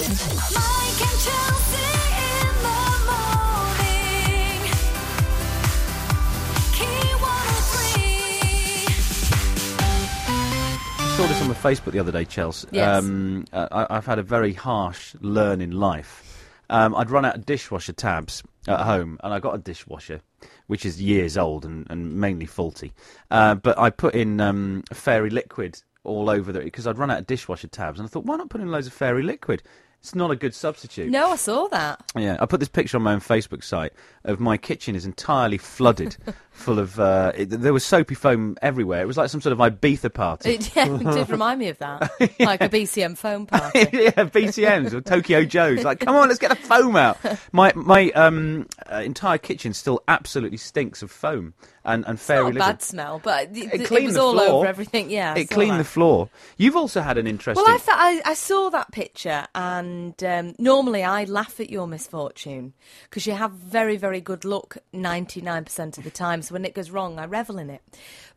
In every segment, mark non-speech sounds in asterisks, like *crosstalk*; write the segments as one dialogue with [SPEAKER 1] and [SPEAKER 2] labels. [SPEAKER 1] Mike and Chelsea in the morning. Key 103.
[SPEAKER 2] saw this on my Facebook the other day, Chelsea.
[SPEAKER 3] Yes.
[SPEAKER 2] Um, uh, I, I've had a very harsh learn in life. Um, I'd run out of dishwasher tabs at home, and I got a dishwasher, which is years old and, and mainly faulty. Uh, but I put in um, fairy liquid all over the because I'd run out of dishwasher tabs, and I thought, why not put in loads of fairy liquid? It's not a good substitute.
[SPEAKER 3] No, I saw that.
[SPEAKER 2] *laughs* Yeah, I put this picture on my own Facebook site of my kitchen is entirely
[SPEAKER 3] *laughs*
[SPEAKER 2] flooded, full of. Uh, it, there was soapy foam everywhere. It was like some sort of Ibiza party.
[SPEAKER 3] It, yeah, it did remind me
[SPEAKER 2] *laughs*
[SPEAKER 3] of that. Like a BCM phone party.
[SPEAKER 2] yeah, BTMs or Tokyo Joes. Like, come on, let's get the foam out. My my um uh, entire kitchen still absolutely stinks of foam and and
[SPEAKER 3] Not a
[SPEAKER 2] fairy liquid.
[SPEAKER 3] bad smell, but it, it,
[SPEAKER 2] cleaned
[SPEAKER 3] was
[SPEAKER 2] the
[SPEAKER 3] all
[SPEAKER 2] floor.
[SPEAKER 3] over everything. Yeah, I
[SPEAKER 2] It
[SPEAKER 3] saw
[SPEAKER 2] cleaned
[SPEAKER 3] that.
[SPEAKER 2] the floor. You've also had an interesting.
[SPEAKER 3] Well, I, fa- I, I saw that picture, and um, normally I laugh at your misfortune because you have very, very good luck 99% of the time. So when it goes wrong, I revel in it.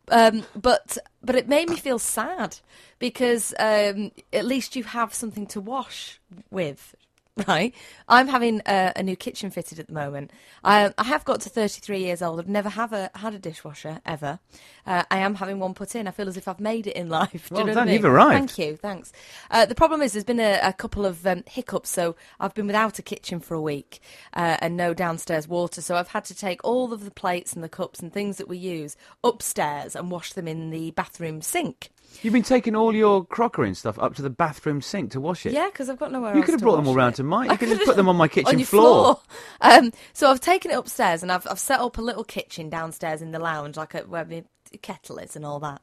[SPEAKER 3] Um, but but it made me feel sad because um, at least you have something to wash with. *laughs* Right, I'm having a, a new kitchen fitted at the moment. I, I have got to 33 years old. I've never have a had a dishwasher ever. Uh, I am having one put in. I feel as if I've made it in *laughs* life. Do
[SPEAKER 2] Well
[SPEAKER 3] you know what I
[SPEAKER 2] done, you've
[SPEAKER 3] mean?
[SPEAKER 2] arrived.
[SPEAKER 3] Thank you. Thank you. Thanks. Uh, the problem is, there's been a, a couple of um, hiccups. So I've been without a kitchen for a week uh, and no downstairs water. So I've had to take all of the plates and the cups and things that we use upstairs and wash them in the bathroom sink.
[SPEAKER 2] You've been taking all your crockery and stuff up to the bathroom sink to wash it.
[SPEAKER 3] Yeah, because I've got nowhere.
[SPEAKER 2] You
[SPEAKER 3] else
[SPEAKER 2] could have
[SPEAKER 3] to
[SPEAKER 2] brought them
[SPEAKER 3] wash
[SPEAKER 2] all round
[SPEAKER 3] it.
[SPEAKER 2] to mine. You
[SPEAKER 3] I
[SPEAKER 2] could have put them
[SPEAKER 3] *laughs*
[SPEAKER 2] on my kitchen
[SPEAKER 3] your
[SPEAKER 2] floor.
[SPEAKER 3] Um, so I've taken it upstairs and I've I've set up a little kitchen downstairs in the lounge, like at where my kettle is and all that.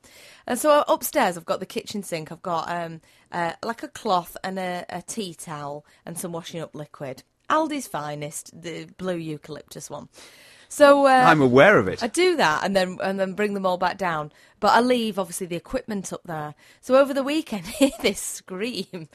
[SPEAKER 3] And so upstairs, I've got the kitchen sink. I've got um, uh, like a cloth and a, a tea towel and some washing up liquid. Aldi's finest, the blue eucalyptus one. So uh,
[SPEAKER 2] I'm aware of it.
[SPEAKER 3] I do that and then and then bring them all back down. But I leave obviously the equipment up there. So over the weekend, *laughs* hear this scream.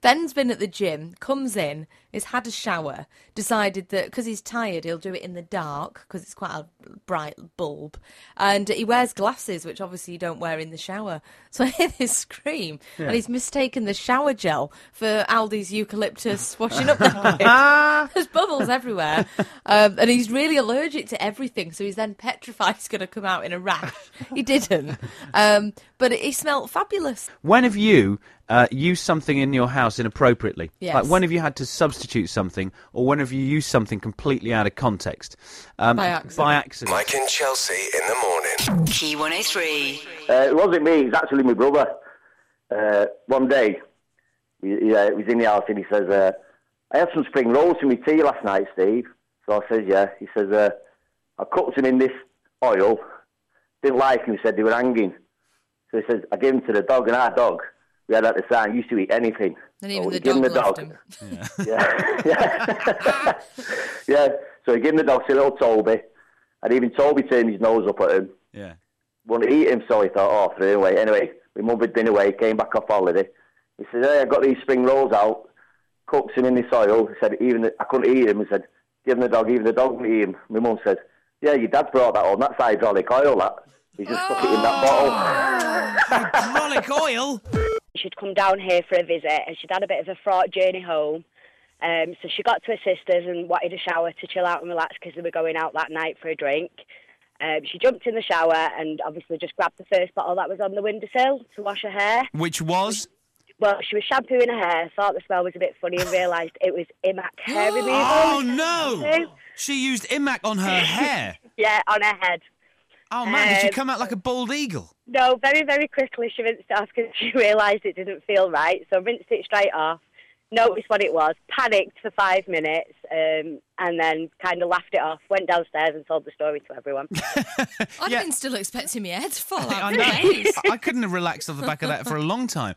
[SPEAKER 3] Ben's been at the gym, comes in, has had a shower, decided that because he's tired, he'll do it in the dark because it's quite a bright bulb, and he wears glasses, which obviously you don't wear in the shower. So I hear this scream, and he's mistaken the shower gel for Aldi's eucalyptus washing up liquid.
[SPEAKER 2] Ah,
[SPEAKER 3] There's bubbles everywhere. Um, and he's really allergic to everything, so he's then petrified he's going to come out in a rash. He didn't. Um, but he smelt fabulous.
[SPEAKER 2] When have you uh, used something in your house inappropriately?
[SPEAKER 3] Yes.
[SPEAKER 2] Like when have you had to substitute something, or when have you used something completely out of context? Um,
[SPEAKER 3] By accident.
[SPEAKER 2] By accident.
[SPEAKER 4] Mike and Chelsea in the morning.
[SPEAKER 5] Key 103.
[SPEAKER 6] Uh, it wasn't me. It's actually my brother. Uh, one day, he, he, uh, he was in the house and he says, uh, "I had some spring rolls in my tea last night, Steve." So I says, "Yeah." He says, uh, "I cooked them in this oil. Didn't like them. He said they were hanging." So he says, "I gave them to the dog, and our dog, we had at the time used to eat anything. So
[SPEAKER 3] And Oh, even
[SPEAKER 6] we
[SPEAKER 3] the
[SPEAKER 6] give
[SPEAKER 3] dog
[SPEAKER 6] him
[SPEAKER 3] left him.
[SPEAKER 6] yeah. yeah. *laughs* yeah. So he gave him the dog to little Toby, and even Toby turned his nose up at him."
[SPEAKER 2] Yeah.
[SPEAKER 6] wanted to eat him, so he thought, oh, threw it away. Anyway, my mum had been away, came back off holiday. He said, hey, I got these spring rolls out, cooked them in this oil. He said, even the, I couldn't eat them. He said, give them the dog, even the dog wouldn't eat them. My mum said, yeah, your dad brought that on. That's hydraulic oil, that. He just stuck it in that bottle.
[SPEAKER 7] Hydraulic oil?
[SPEAKER 8] she'd come down here for a visit and she'd had a bit of a fraught journey home. Um, so she got to her sister's and wanted a shower to chill out and relax because they were going out that night for a drink. Um, she jumped in the shower and obviously just grabbed the first bottle that was on the windowsill to wash her hair.
[SPEAKER 7] Which was?
[SPEAKER 8] Well, she was shampooing her hair, thought the smell was a bit funny and realised it was Imac hair
[SPEAKER 7] *gasps*
[SPEAKER 8] removal. *laughs*
[SPEAKER 7] Oh, no! She used Imac on her hair.
[SPEAKER 8] Yeah, on her head.
[SPEAKER 7] Oh, man, did she
[SPEAKER 8] Um,
[SPEAKER 7] come out like a bald eagle?
[SPEAKER 8] No, very, very quickly she rinsed it off because she *laughs* realised it didn't feel right. So rinsed it straight off, noticed what it was, panicked for five minutes, um, and then kind of laughed it off, went downstairs and told the story to everyone.
[SPEAKER 3] I'd
[SPEAKER 7] Yeah.
[SPEAKER 3] been still expecting my head to fall out.
[SPEAKER 7] I
[SPEAKER 3] of
[SPEAKER 7] know.
[SPEAKER 3] my face.
[SPEAKER 7] I- I couldn't have relaxed off the back of that for a long time.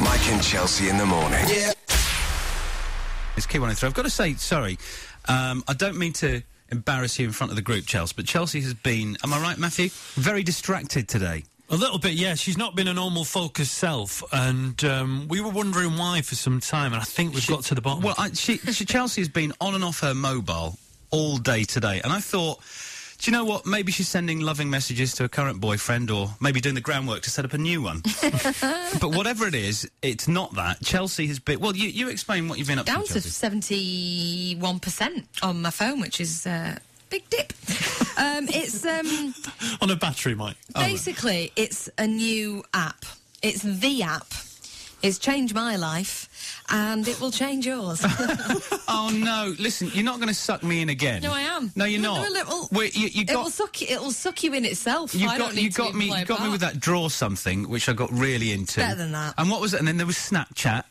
[SPEAKER 4] Mike and Chelsea in the morning.
[SPEAKER 7] It's key one and three. I've got to say, sorry, um, I don't mean to embarrass you in front of the group, Chelsea, but Chelsea has been, am I right, Matthew? Very distracted today.
[SPEAKER 9] A little bit, yeah. She's not been a normal focused self, and um, we were wondering why for some time, and I think we've got to the bottom.
[SPEAKER 7] Well, I, she, she, Chelsea has been on and off her mobile all day today, and I thought,
[SPEAKER 2] Do you know what? Maybe she's sending loving messages to a current boyfriend or maybe doing the groundwork to set up a new one. but whatever it is, it's not that. Chelsea has been. Well, you, you explain what you've been up
[SPEAKER 3] Down
[SPEAKER 2] to.
[SPEAKER 3] to
[SPEAKER 2] Chelsea.
[SPEAKER 3] 71% on my phone, which is uh, big dip. um, it's. *laughs* Um,
[SPEAKER 9] On a battery, Mike.
[SPEAKER 3] Oh.
[SPEAKER 9] Oh,
[SPEAKER 3] Basically, it's a new app. It's the app. It's changed my life, and it will change yours.
[SPEAKER 2] Oh no! Listen, you're not going to suck me in again.
[SPEAKER 3] no, I am.
[SPEAKER 2] No, you're
[SPEAKER 3] Well,
[SPEAKER 2] not.
[SPEAKER 3] they're A little,
[SPEAKER 2] Wait, you, you
[SPEAKER 3] it will
[SPEAKER 2] got.
[SPEAKER 3] suck. It will suck you in itself.
[SPEAKER 2] You
[SPEAKER 3] I
[SPEAKER 2] got
[SPEAKER 3] don't need
[SPEAKER 2] you
[SPEAKER 3] to
[SPEAKER 2] got
[SPEAKER 3] be
[SPEAKER 2] me you
[SPEAKER 3] played
[SPEAKER 2] got me
[SPEAKER 3] back.
[SPEAKER 2] with that draw something which I got really into.
[SPEAKER 3] better than that.
[SPEAKER 2] And what was it? And then there was Snapchat.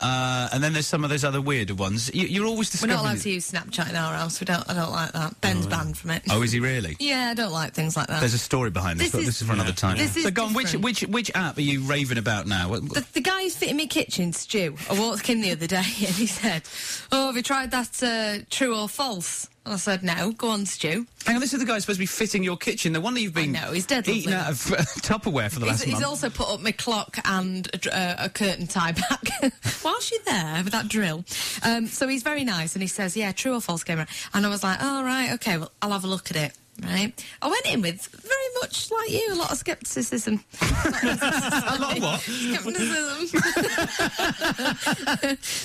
[SPEAKER 2] Uh, and then there's some of those other weirder ones. You, you're always
[SPEAKER 3] We're
[SPEAKER 2] discovering.
[SPEAKER 3] not allowed to use Snapchat in our house. We don't. I don't like that. Ben's banned from it.
[SPEAKER 2] Oh, is he really?
[SPEAKER 3] Yeah, I don't like things like that.
[SPEAKER 2] There's a story behind this.
[SPEAKER 3] This
[SPEAKER 2] but
[SPEAKER 3] is-
[SPEAKER 2] this is for another time.
[SPEAKER 3] This is
[SPEAKER 2] so, go on. Which
[SPEAKER 3] different.
[SPEAKER 2] which which app are you raving about now? What-
[SPEAKER 3] the, the guy who's fitting me kitchen, Stu, I walked in the other day *laughs* and he said, "Oh, have you tried that uh, true or false?" And I said, "No, go on, Stu."
[SPEAKER 2] Hang on, this is the guy who's supposed to be fitting your kitchen. The one that you've been
[SPEAKER 3] know, he's dead
[SPEAKER 2] eating
[SPEAKER 3] lovely.
[SPEAKER 2] out of *laughs* Tupperware for the
[SPEAKER 3] He's,
[SPEAKER 2] last
[SPEAKER 3] he's
[SPEAKER 2] month.
[SPEAKER 3] also put up my clock and a, dr- uh, a curtain tie back. *laughs* Whilst you're there with that drill. Um, so he's very nice and he says, yeah, true or false camera. And I was like, all right, okay, well, I'll have a look at it. Right. I went in with very much like you, a lot of *laughs* scepticism.
[SPEAKER 2] a lot of what?
[SPEAKER 3] Scepticism. *laughs*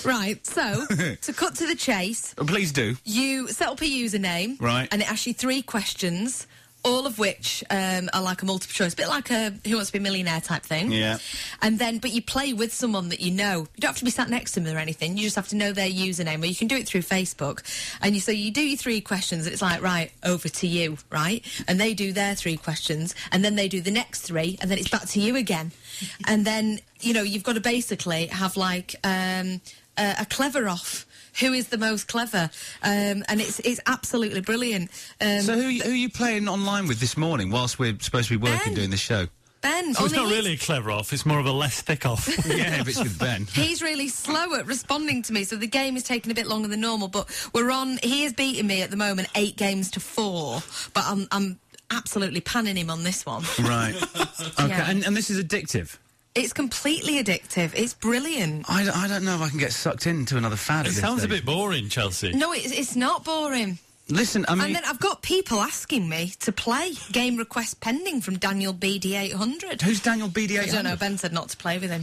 [SPEAKER 3] right.
[SPEAKER 2] *laughs*
[SPEAKER 3] So, to cut to the chase,
[SPEAKER 2] Oh, please do.
[SPEAKER 3] you set up a username,
[SPEAKER 2] Right.
[SPEAKER 3] And it asks you three questions, all of which um, are like a multiple choice, bit like a Who Wants to Be a Millionaire type thing.
[SPEAKER 2] Yeah.
[SPEAKER 3] And then, but you play with someone that you know. You don't have to be sat next to them or anything. You just have to know their username, or you can do it through Facebook. And you so you do your three questions. It's like right over to you, right? And they do their three questions, and then they do the next three, and then it's back to you again. and then you know you've got to basically have like um, a, a clever off. Who is the most clever? Um, and it's it's absolutely brilliant. Um,
[SPEAKER 2] So who you- who are you playing online with this morning? Whilst we're supposed to be working
[SPEAKER 3] Ben.
[SPEAKER 2] doing this show.
[SPEAKER 3] ben,
[SPEAKER 9] So it's
[SPEAKER 3] only
[SPEAKER 9] not
[SPEAKER 3] he's-
[SPEAKER 9] really a clever off. It's more of a less thick off.
[SPEAKER 2] *laughs* Yeah, if it's with Ben.
[SPEAKER 3] He's really slow at responding to me, so the game is taking a bit longer than normal. But we're on. He is beating me at the moment, eight games to four. But I'm I'm absolutely panning him on this one.
[SPEAKER 2] *laughs* Right. Okay.
[SPEAKER 3] Yeah.
[SPEAKER 2] And, and this is addictive.
[SPEAKER 3] It's completely addictive. It's brilliant.
[SPEAKER 2] I, don't- I don't know if I can get sucked into another fad.
[SPEAKER 9] it sounds a bit boring, Chelsea.
[SPEAKER 3] No, it's it's not boring.
[SPEAKER 2] Listen, I mean,
[SPEAKER 3] And then I've got people asking me to play. Game request pending from Daniel BD eight hundred.
[SPEAKER 2] who's Daniel BD8?
[SPEAKER 3] I don't know. Ben said not to play
[SPEAKER 2] *laughs*
[SPEAKER 3] with him.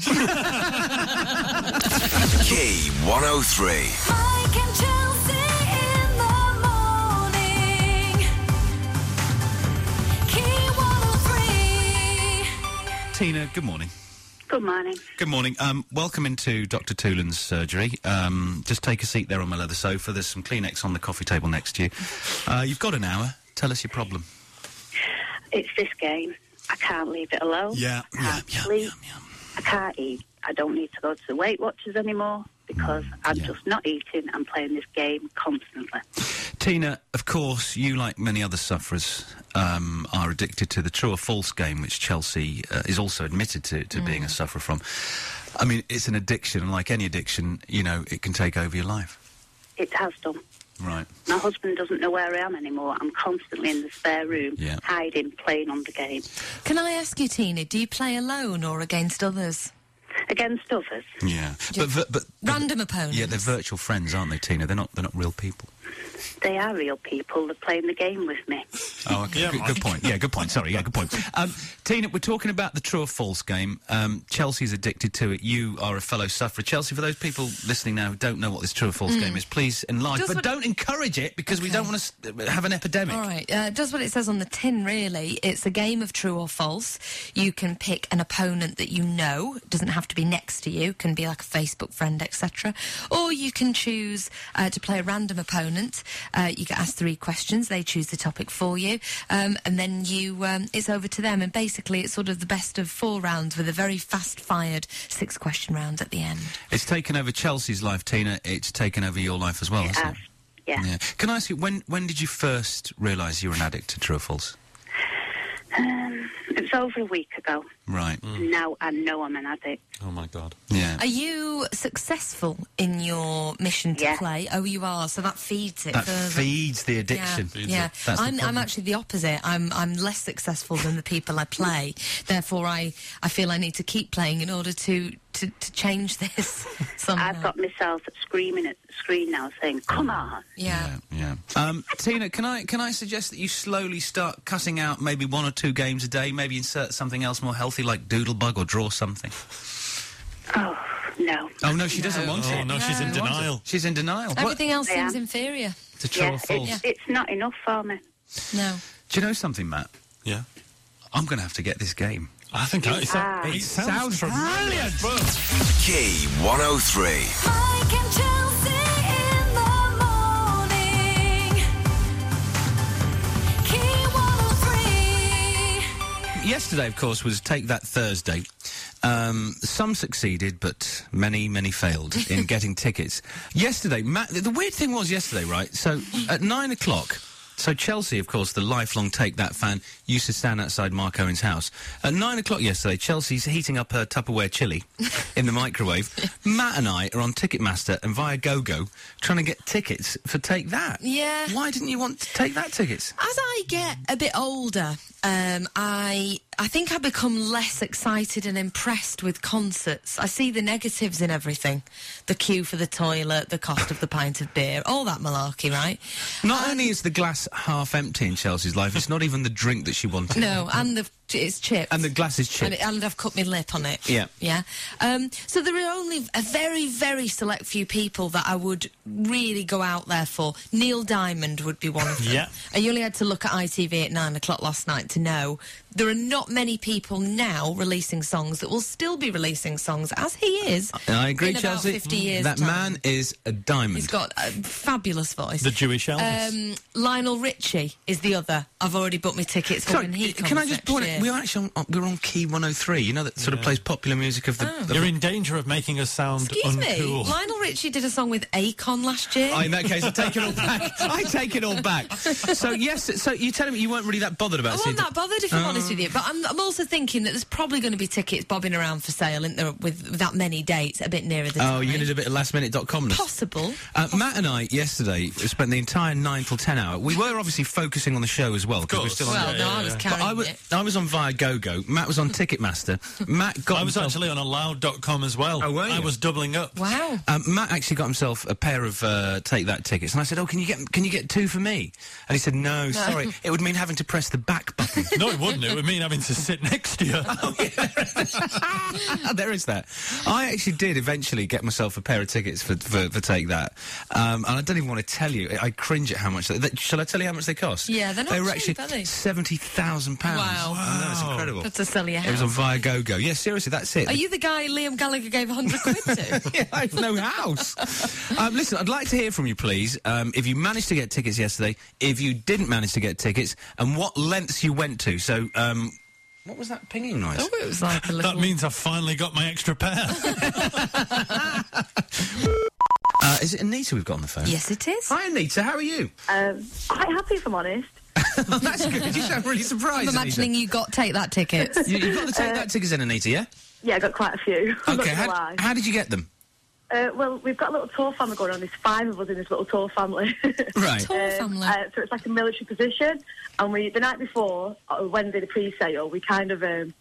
[SPEAKER 4] Key 103.
[SPEAKER 1] Mike and Chelsea in the morning. oh Key 103.
[SPEAKER 2] Tina, good morning.
[SPEAKER 10] Good morning.
[SPEAKER 2] Good morning. Um, welcome into Dr. Toolan's surgery. Um, just take a seat there on my leather sofa. There's some Kleenex on the coffee table next to you. Uh, you've got an hour. Tell us your problem.
[SPEAKER 10] It's this game. I can't leave it alone. I
[SPEAKER 2] Yeah.
[SPEAKER 10] can't
[SPEAKER 2] Yeah.
[SPEAKER 10] sleep.
[SPEAKER 2] yeah, yeah.
[SPEAKER 10] I can't eat. I don't need to go to the Weight Watchers anymore because I'm
[SPEAKER 2] Mm, yeah.
[SPEAKER 10] just not eating. I'm playing this game constantly.
[SPEAKER 2] Tina, of course, you, like many other sufferers, um, are addicted to the true or false game, which Chelsea uh, is also admitted to, to being a sufferer from. I mean, it's an addiction, and like any addiction, you know, it can take over your life.
[SPEAKER 10] It has done.
[SPEAKER 2] Right.
[SPEAKER 10] My husband doesn't know where I am anymore. I'm constantly in the spare room,
[SPEAKER 2] Yeah.
[SPEAKER 10] hiding, playing on the game
[SPEAKER 3] Can I ask you, Tina? Do you play alone or against others?
[SPEAKER 10] against others.
[SPEAKER 2] Yeah. But, vi- but, but
[SPEAKER 3] Random opponents.
[SPEAKER 2] yeah, they're virtual friends, aren't they, Tina? They're not. They're not real people.
[SPEAKER 10] They are real people. They're playing the game with me.
[SPEAKER 2] Oh, okay.
[SPEAKER 9] Yeah,
[SPEAKER 2] good,
[SPEAKER 9] Mike.
[SPEAKER 2] good point. Yeah, good point. Sorry. Yeah, good point. Um, Tina, we're talking about the true or false game. Um, Chelsea's addicted to it. You are a fellow sufferer. Chelsea, for those people listening now who don't know what this true or false game is, please enlighten.
[SPEAKER 3] Mm. Just
[SPEAKER 2] But
[SPEAKER 3] what-
[SPEAKER 2] don't encourage it because we
[SPEAKER 3] Okay.
[SPEAKER 2] don't want to have an epidemic.
[SPEAKER 3] All right, uh, just what it says on the tin, really. It's a game of true or false. You can pick an opponent that you know. It doesn't have to be next to you. It can be like a Facebook friend, etc. Or you can choose uh, to play a random opponent. Uh, you get asked three questions. They choose the topic for you, um, and then you um, it's over to them. And basically, it's sort of the best of four rounds with a very fast-fired six-question round at the end.
[SPEAKER 2] It's taken over Chelsea's life, Tina. It's taken over your life as well,
[SPEAKER 10] It
[SPEAKER 2] hasn't
[SPEAKER 10] has.
[SPEAKER 2] it?
[SPEAKER 10] Yeah.
[SPEAKER 2] Yeah. Can I ask you when? When did you first realise you were an addict to true or false?
[SPEAKER 10] Um, It was over a week ago.
[SPEAKER 2] Right.
[SPEAKER 3] Mm.
[SPEAKER 10] Now I know I'm an addict.
[SPEAKER 9] Oh my god.
[SPEAKER 2] Yeah.
[SPEAKER 3] Are you successful in your mission to
[SPEAKER 10] Yeah.
[SPEAKER 3] play? Oh, you are. So that feeds it.
[SPEAKER 2] that
[SPEAKER 3] further.
[SPEAKER 2] feeds the addiction.
[SPEAKER 3] Yeah, yeah.
[SPEAKER 2] That's the
[SPEAKER 3] I'm, I'm
[SPEAKER 2] problem.
[SPEAKER 3] actually the opposite. I'm I'm less successful than the people I play. Therefore, I, I feel I need to keep playing in order to to, to change this *laughs*
[SPEAKER 2] Oh,
[SPEAKER 3] somehow.
[SPEAKER 10] I've got myself screaming at the screen now, saying, "Come on!"
[SPEAKER 3] Yeah.
[SPEAKER 2] Yeah. Um, Tina, can I can I suggest that you slowly start cutting out maybe one or two games a day? Maybe insert something else more healthy like Doodlebug or draw something.
[SPEAKER 10] No.
[SPEAKER 2] Oh no, she doesn't want
[SPEAKER 9] Oh,
[SPEAKER 2] it.
[SPEAKER 9] no, she's in
[SPEAKER 2] She wants it.
[SPEAKER 9] denial.
[SPEAKER 2] She's in denial. What-
[SPEAKER 3] Everything else
[SPEAKER 10] I
[SPEAKER 3] seems
[SPEAKER 10] am.
[SPEAKER 3] inferior.
[SPEAKER 2] It's a true
[SPEAKER 10] Yeah,
[SPEAKER 2] or false.
[SPEAKER 10] it's, it's not enough for me.
[SPEAKER 3] No.
[SPEAKER 2] Do you know something, Matt?
[SPEAKER 9] Yeah.
[SPEAKER 2] I'm going to have to get this game.
[SPEAKER 9] I think I, it's, it sounds, brilliant. But
[SPEAKER 4] Key 103.
[SPEAKER 1] Mike and Chelsea in the morning. Key 103.
[SPEAKER 2] Yesterday, of course, was Take That Thursday. Um, some succeeded, but many, many failed in getting tickets. Yesterday, Matt, the weird thing was yesterday, right? So at nine o'clock, so Chelsea, of course, the lifelong Take That fan, used to stand outside Mark Owen's house. At nine o'clock yesterday, Chelsea's heating up her Tupperware chili in the microwave. Matt and I are on Ticketmaster and via GoGo trying to get tickets for Take That.
[SPEAKER 3] Yeah.
[SPEAKER 2] Why didn't you want to Take That tickets?
[SPEAKER 3] As I get a bit older, um, I I think I become less excited and impressed with concerts. I see the negatives in everything: the queue for the toilet, the cost of the pint of beer, all that malarkey, right?
[SPEAKER 2] Not only is the glass half empty in Chelsea's life, it's not even the drink that she wanted.
[SPEAKER 3] No, and the it's chips.
[SPEAKER 2] And the glass is chipped.
[SPEAKER 3] And, it- and I've cut my lip on it.
[SPEAKER 2] Yeah.
[SPEAKER 3] Yeah. Um, so there are only a very, very select few people that I would really go out there for. Neil Diamond would be one of them.
[SPEAKER 9] Yeah.
[SPEAKER 3] And you only had to look at ITV at nine o'clock last night to know there are not many people now releasing songs that will still be releasing songs as he is.
[SPEAKER 2] I agree,
[SPEAKER 3] in
[SPEAKER 2] Chelsea.
[SPEAKER 3] About 50 years
[SPEAKER 2] that
[SPEAKER 3] time.
[SPEAKER 2] man is a diamond.
[SPEAKER 3] He's got a fabulous voice.
[SPEAKER 9] the Jewish Elvis.
[SPEAKER 3] um, Lionel Richie is the other. I've already booked my tickets for
[SPEAKER 2] Sorry,
[SPEAKER 3] when he comes
[SPEAKER 2] can I just
[SPEAKER 3] next
[SPEAKER 2] point
[SPEAKER 3] year.
[SPEAKER 2] it? We're actually on, we're on Key 103, you know, that sort of plays popular music of the.
[SPEAKER 3] Oh.
[SPEAKER 2] of
[SPEAKER 9] You're
[SPEAKER 2] the-
[SPEAKER 9] in danger of making us sound
[SPEAKER 3] Excuse
[SPEAKER 9] uncool.
[SPEAKER 3] me. Lionel Richie did a song with Akon last year.
[SPEAKER 2] Oh, *laughs* in that case, I take it all back. I take it all back. So, yes, so you're telling me you weren't really that bothered about
[SPEAKER 3] I
[SPEAKER 2] seeing
[SPEAKER 3] wasn't that bothered, if I'm
[SPEAKER 2] Oh.
[SPEAKER 3] honest with you. But I'm, I'm also thinking that there's probably going to be tickets bobbing around for sale, isn't there, with that many dates a bit nearer the
[SPEAKER 2] Oh,
[SPEAKER 3] time.
[SPEAKER 2] you're going to do a bit of lastminute.com.
[SPEAKER 3] Possible.
[SPEAKER 2] Uh, Matt and I yesterday spent the entire nine till ten hour. We were obviously focusing on the show as well because we're
[SPEAKER 9] course.
[SPEAKER 2] still on
[SPEAKER 3] Well, no, I was
[SPEAKER 2] But
[SPEAKER 3] carrying
[SPEAKER 2] I was,
[SPEAKER 3] it.
[SPEAKER 2] I was on via GoGo. Matt was on Ticketmaster. Matt
[SPEAKER 9] *laughs*
[SPEAKER 2] got
[SPEAKER 9] I was
[SPEAKER 2] himself,
[SPEAKER 9] actually on allowed.com as well.
[SPEAKER 2] Oh, were
[SPEAKER 9] I
[SPEAKER 2] you?
[SPEAKER 9] was doubling up.
[SPEAKER 3] Wow.
[SPEAKER 2] um, Matt actually got himself a pair of uh, Take That tickets, and I said, "Oh, can you get can you get two for me?" And he said, "No, sorry, it would mean having to press the back
[SPEAKER 3] *laughs*
[SPEAKER 2] button." *laughs*
[SPEAKER 9] No, it wouldn't. It would mean having to sit next to you.
[SPEAKER 2] there is that. I actually did eventually get myself a pair of tickets for for, for Take That, um, and I don't even want to tell you. I cringe at how much. They, that- shall I tell you how much they cost?
[SPEAKER 3] Yeah, they're not
[SPEAKER 2] They were
[SPEAKER 3] cheap, are
[SPEAKER 2] actually
[SPEAKER 3] they?
[SPEAKER 2] seventy thousand pounds.
[SPEAKER 3] Wow.
[SPEAKER 2] that's incredible.
[SPEAKER 3] That's a silly
[SPEAKER 2] It was
[SPEAKER 3] house.
[SPEAKER 2] on Via GoGo. Yeah, seriously, that's it.
[SPEAKER 3] Are you the guy Liam Gallagher gave 100 quid
[SPEAKER 2] *laughs*
[SPEAKER 3] to?
[SPEAKER 2] yeah, I have no house. um, listen, I'd like to hear from you, please. Um, if you managed to get tickets yesterday, if you didn't manage to get tickets, and what lengths you went to. So, um, what was that pinging noise?
[SPEAKER 3] oh, it was like a little...
[SPEAKER 9] that means I've finally got my extra pair.
[SPEAKER 2] Uh, is it Anita we've got on the phone?
[SPEAKER 3] yes, it is.
[SPEAKER 2] Hi, Anita. How are
[SPEAKER 3] *laughs*
[SPEAKER 2] you? Oh,
[SPEAKER 10] Um, quite happy, if I'm honest.
[SPEAKER 2] That's good. You sound really surprised.
[SPEAKER 3] I'm imagining Uh, you got Take That
[SPEAKER 10] *laughs*
[SPEAKER 3] tickets.
[SPEAKER 2] you. You, have got to take that tickets in, Anita. Yeah.
[SPEAKER 10] *laughs* Yeah, I got quite a few. I'm
[SPEAKER 2] Okay.
[SPEAKER 10] not gonna
[SPEAKER 2] How,
[SPEAKER 10] lie.
[SPEAKER 2] how did you get them?
[SPEAKER 10] Uh, well, we've got a little tour family going on. There's five of us in this little tour family. *laughs*
[SPEAKER 2] Right.
[SPEAKER 3] Tour
[SPEAKER 10] Um,
[SPEAKER 3] family.
[SPEAKER 10] uh, so it's like a military position. And we the night before, uh, Wednesday, the pre-sale, we kind of um,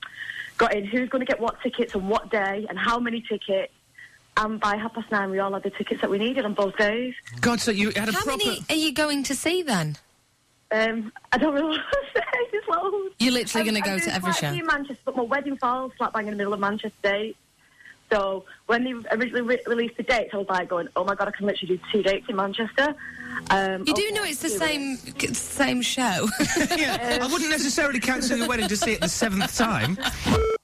[SPEAKER 10] got in who's going to get what tickets on what day and how many tickets. And by half past nine, we all had the tickets that we needed on both days.
[SPEAKER 2] God, so you had a
[SPEAKER 3] How
[SPEAKER 2] proper.
[SPEAKER 3] many are you going to see then?
[SPEAKER 10] Um, I don't really *laughs* want to say. There's loads.
[SPEAKER 3] You're literally
[SPEAKER 10] I'm-
[SPEAKER 3] going to
[SPEAKER 10] I'm
[SPEAKER 3] go
[SPEAKER 10] doing
[SPEAKER 3] to every
[SPEAKER 10] quite a
[SPEAKER 3] show.
[SPEAKER 10] few in Manchester, but my wedding falls slap bang in the middle of Manchester. Dates. So when they originally re- released the dates, I was like going, "Oh my god, I can literally do two dates in Manchester." Um,
[SPEAKER 3] You do
[SPEAKER 10] okay,
[SPEAKER 3] know it's the
[SPEAKER 10] do
[SPEAKER 3] same
[SPEAKER 10] it.
[SPEAKER 3] same
[SPEAKER 2] *laughs*
[SPEAKER 3] show.
[SPEAKER 2] *laughs* yeah, I
[SPEAKER 3] Uh,
[SPEAKER 2] wouldn't necessarily cancel the wedding to see it the seventh
[SPEAKER 3] *laughs*
[SPEAKER 2] time. *laughs*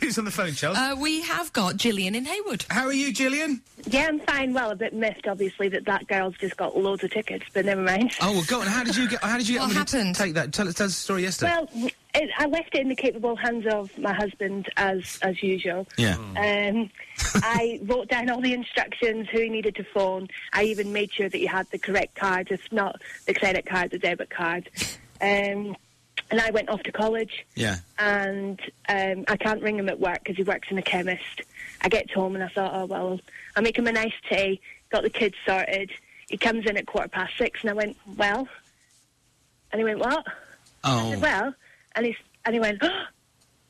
[SPEAKER 2] Who's on the phone, Chelsea?
[SPEAKER 3] uh, we have got Gillian in Haywood.
[SPEAKER 2] how are you, Gillian?
[SPEAKER 11] Yeah, I'm fine. Well, a bit miffed, obviously, that that girl's just got loads of tickets, but never mind.
[SPEAKER 2] Oh well, go on. How did you get? How did you get?
[SPEAKER 3] What
[SPEAKER 2] on with the-
[SPEAKER 3] happened?
[SPEAKER 2] Take that. Tell, us- tell us the story yesterday.
[SPEAKER 11] Well, it, I left it in the capable hands of my husband, as as usual.
[SPEAKER 2] yeah. *laughs*
[SPEAKER 11] Um, I wrote down all the instructions, who he needed to phone. I even made sure that he had the correct card, if not the credit card, the debit card. Um, and I went off to college.
[SPEAKER 2] Yeah.
[SPEAKER 11] and um, I can't ring him at work because he works in a chemist. I get home and I thought, oh well, I'll make him a nice tea. Got the kids sorted. He comes in at quarter past six, and I went, well, and he went, what? I
[SPEAKER 2] Oh.
[SPEAKER 11] said, well, and he's and he went, oh,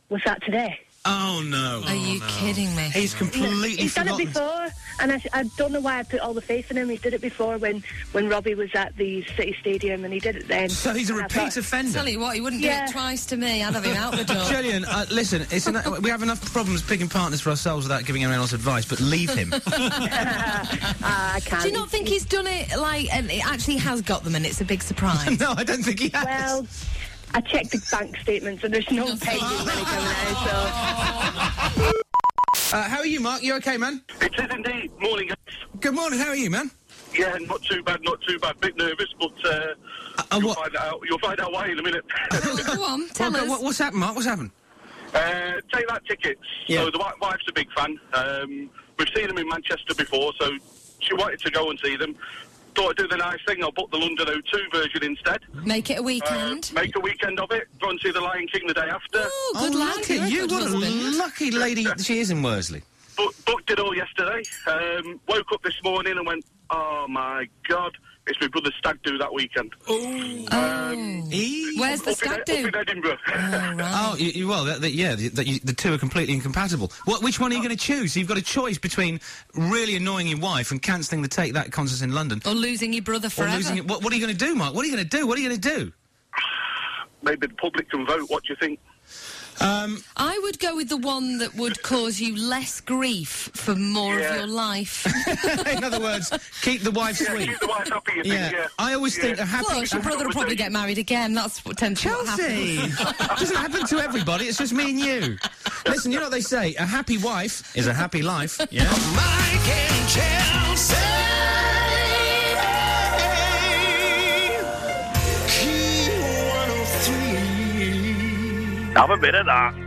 [SPEAKER 11] was that today?
[SPEAKER 2] Oh no! Oh.
[SPEAKER 3] Are you kidding me?
[SPEAKER 2] He's completely
[SPEAKER 11] He's done
[SPEAKER 2] forgotten.
[SPEAKER 11] it before, and I, sh- I don't know why I put all the faith in him. He did it before when, when Robbie was at the City Stadium, and he did it then.
[SPEAKER 2] So he's a
[SPEAKER 11] And I thought-
[SPEAKER 2] repeat offender.
[SPEAKER 3] Tell you what, he wouldn't do
[SPEAKER 11] Yeah.
[SPEAKER 3] it twice to me. I'd have him out the door.
[SPEAKER 2] Gillian, uh, listen, it's ena- we have enough problems picking partners for ourselves without giving anyone else advice, but leave
[SPEAKER 11] *laughs*
[SPEAKER 2] him.
[SPEAKER 11] I *laughs* can't.
[SPEAKER 3] Do you not think he's done it like, and it actually has got them, and it's a big
[SPEAKER 2] *laughs*
[SPEAKER 3] surprise?
[SPEAKER 2] no, I don't think he has.
[SPEAKER 11] Well, I checked the bank statements, and there's no pending money coming out. So.
[SPEAKER 2] Uh, how are you, Mark? You okay, man?
[SPEAKER 12] *laughs* It is indeed. Morning, guys.
[SPEAKER 2] Good morning. How are you, man?
[SPEAKER 12] Yeah, not too bad, not too bad. Bit nervous, but uh, you'll, find out, you'll find out why in a
[SPEAKER 2] *laughs*
[SPEAKER 12] minute.
[SPEAKER 3] Go on, tell
[SPEAKER 2] What, what, what's happened, Mark? What's happened?
[SPEAKER 12] Uh, take that tickets.
[SPEAKER 2] Yeah.
[SPEAKER 12] So the wi- wife's a big fan. Um, we've seen them in Manchester before, so she wanted to go and see them. Thought I'd do the nice thing. I'll book the London 02 version instead.
[SPEAKER 3] Make it a weekend.
[SPEAKER 12] Uh, make a weekend of it. Go and see the Lion King the day after.
[SPEAKER 3] Oh, good lad.
[SPEAKER 2] Look at
[SPEAKER 3] You're
[SPEAKER 2] you.
[SPEAKER 3] a good
[SPEAKER 2] What a
[SPEAKER 3] husband.
[SPEAKER 2] lucky lady she is in Worsley.
[SPEAKER 12] Bu- booked it all yesterday. Um, woke up this morning and went, oh my god, it's my brother's stag do that weekend. Um,
[SPEAKER 3] Oh. Where's the
[SPEAKER 12] up in-
[SPEAKER 3] stag
[SPEAKER 12] up
[SPEAKER 3] do?
[SPEAKER 12] in Edinburgh. *laughs*
[SPEAKER 2] Oh, you, you- well, that, that, yeah, the, that you, the two are completely incompatible. What, which one are you going to choose? You've got a choice between really annoying your wife and cancelling the Take That concert in London.
[SPEAKER 3] Or losing your brother
[SPEAKER 2] Or
[SPEAKER 3] forever.
[SPEAKER 2] losing it. What, what are you going to do, Mark? What are you going to do? What are you going to do? *laughs*
[SPEAKER 12] Maybe the public can vote. What do you think?
[SPEAKER 2] Um,
[SPEAKER 3] I would go with the one that would cause you less grief for more of
[SPEAKER 2] Yeah.
[SPEAKER 3] your life.
[SPEAKER 2] *laughs* in other words, keep the wife sweet.
[SPEAKER 12] keep the wife happy, you think,
[SPEAKER 2] yeah.
[SPEAKER 12] yeah.
[SPEAKER 2] I always think a happy.
[SPEAKER 3] Plus, your brother will probably get married again. That's what tends
[SPEAKER 2] Chelsea!
[SPEAKER 3] to happen.
[SPEAKER 2] *laughs* doesn't happen to everybody, it's just me and you. Listen, you know what they say? A happy wife is a happy life. Yeah.
[SPEAKER 4] Mike and Chelsea. Key 103.
[SPEAKER 12] Have a bit of that.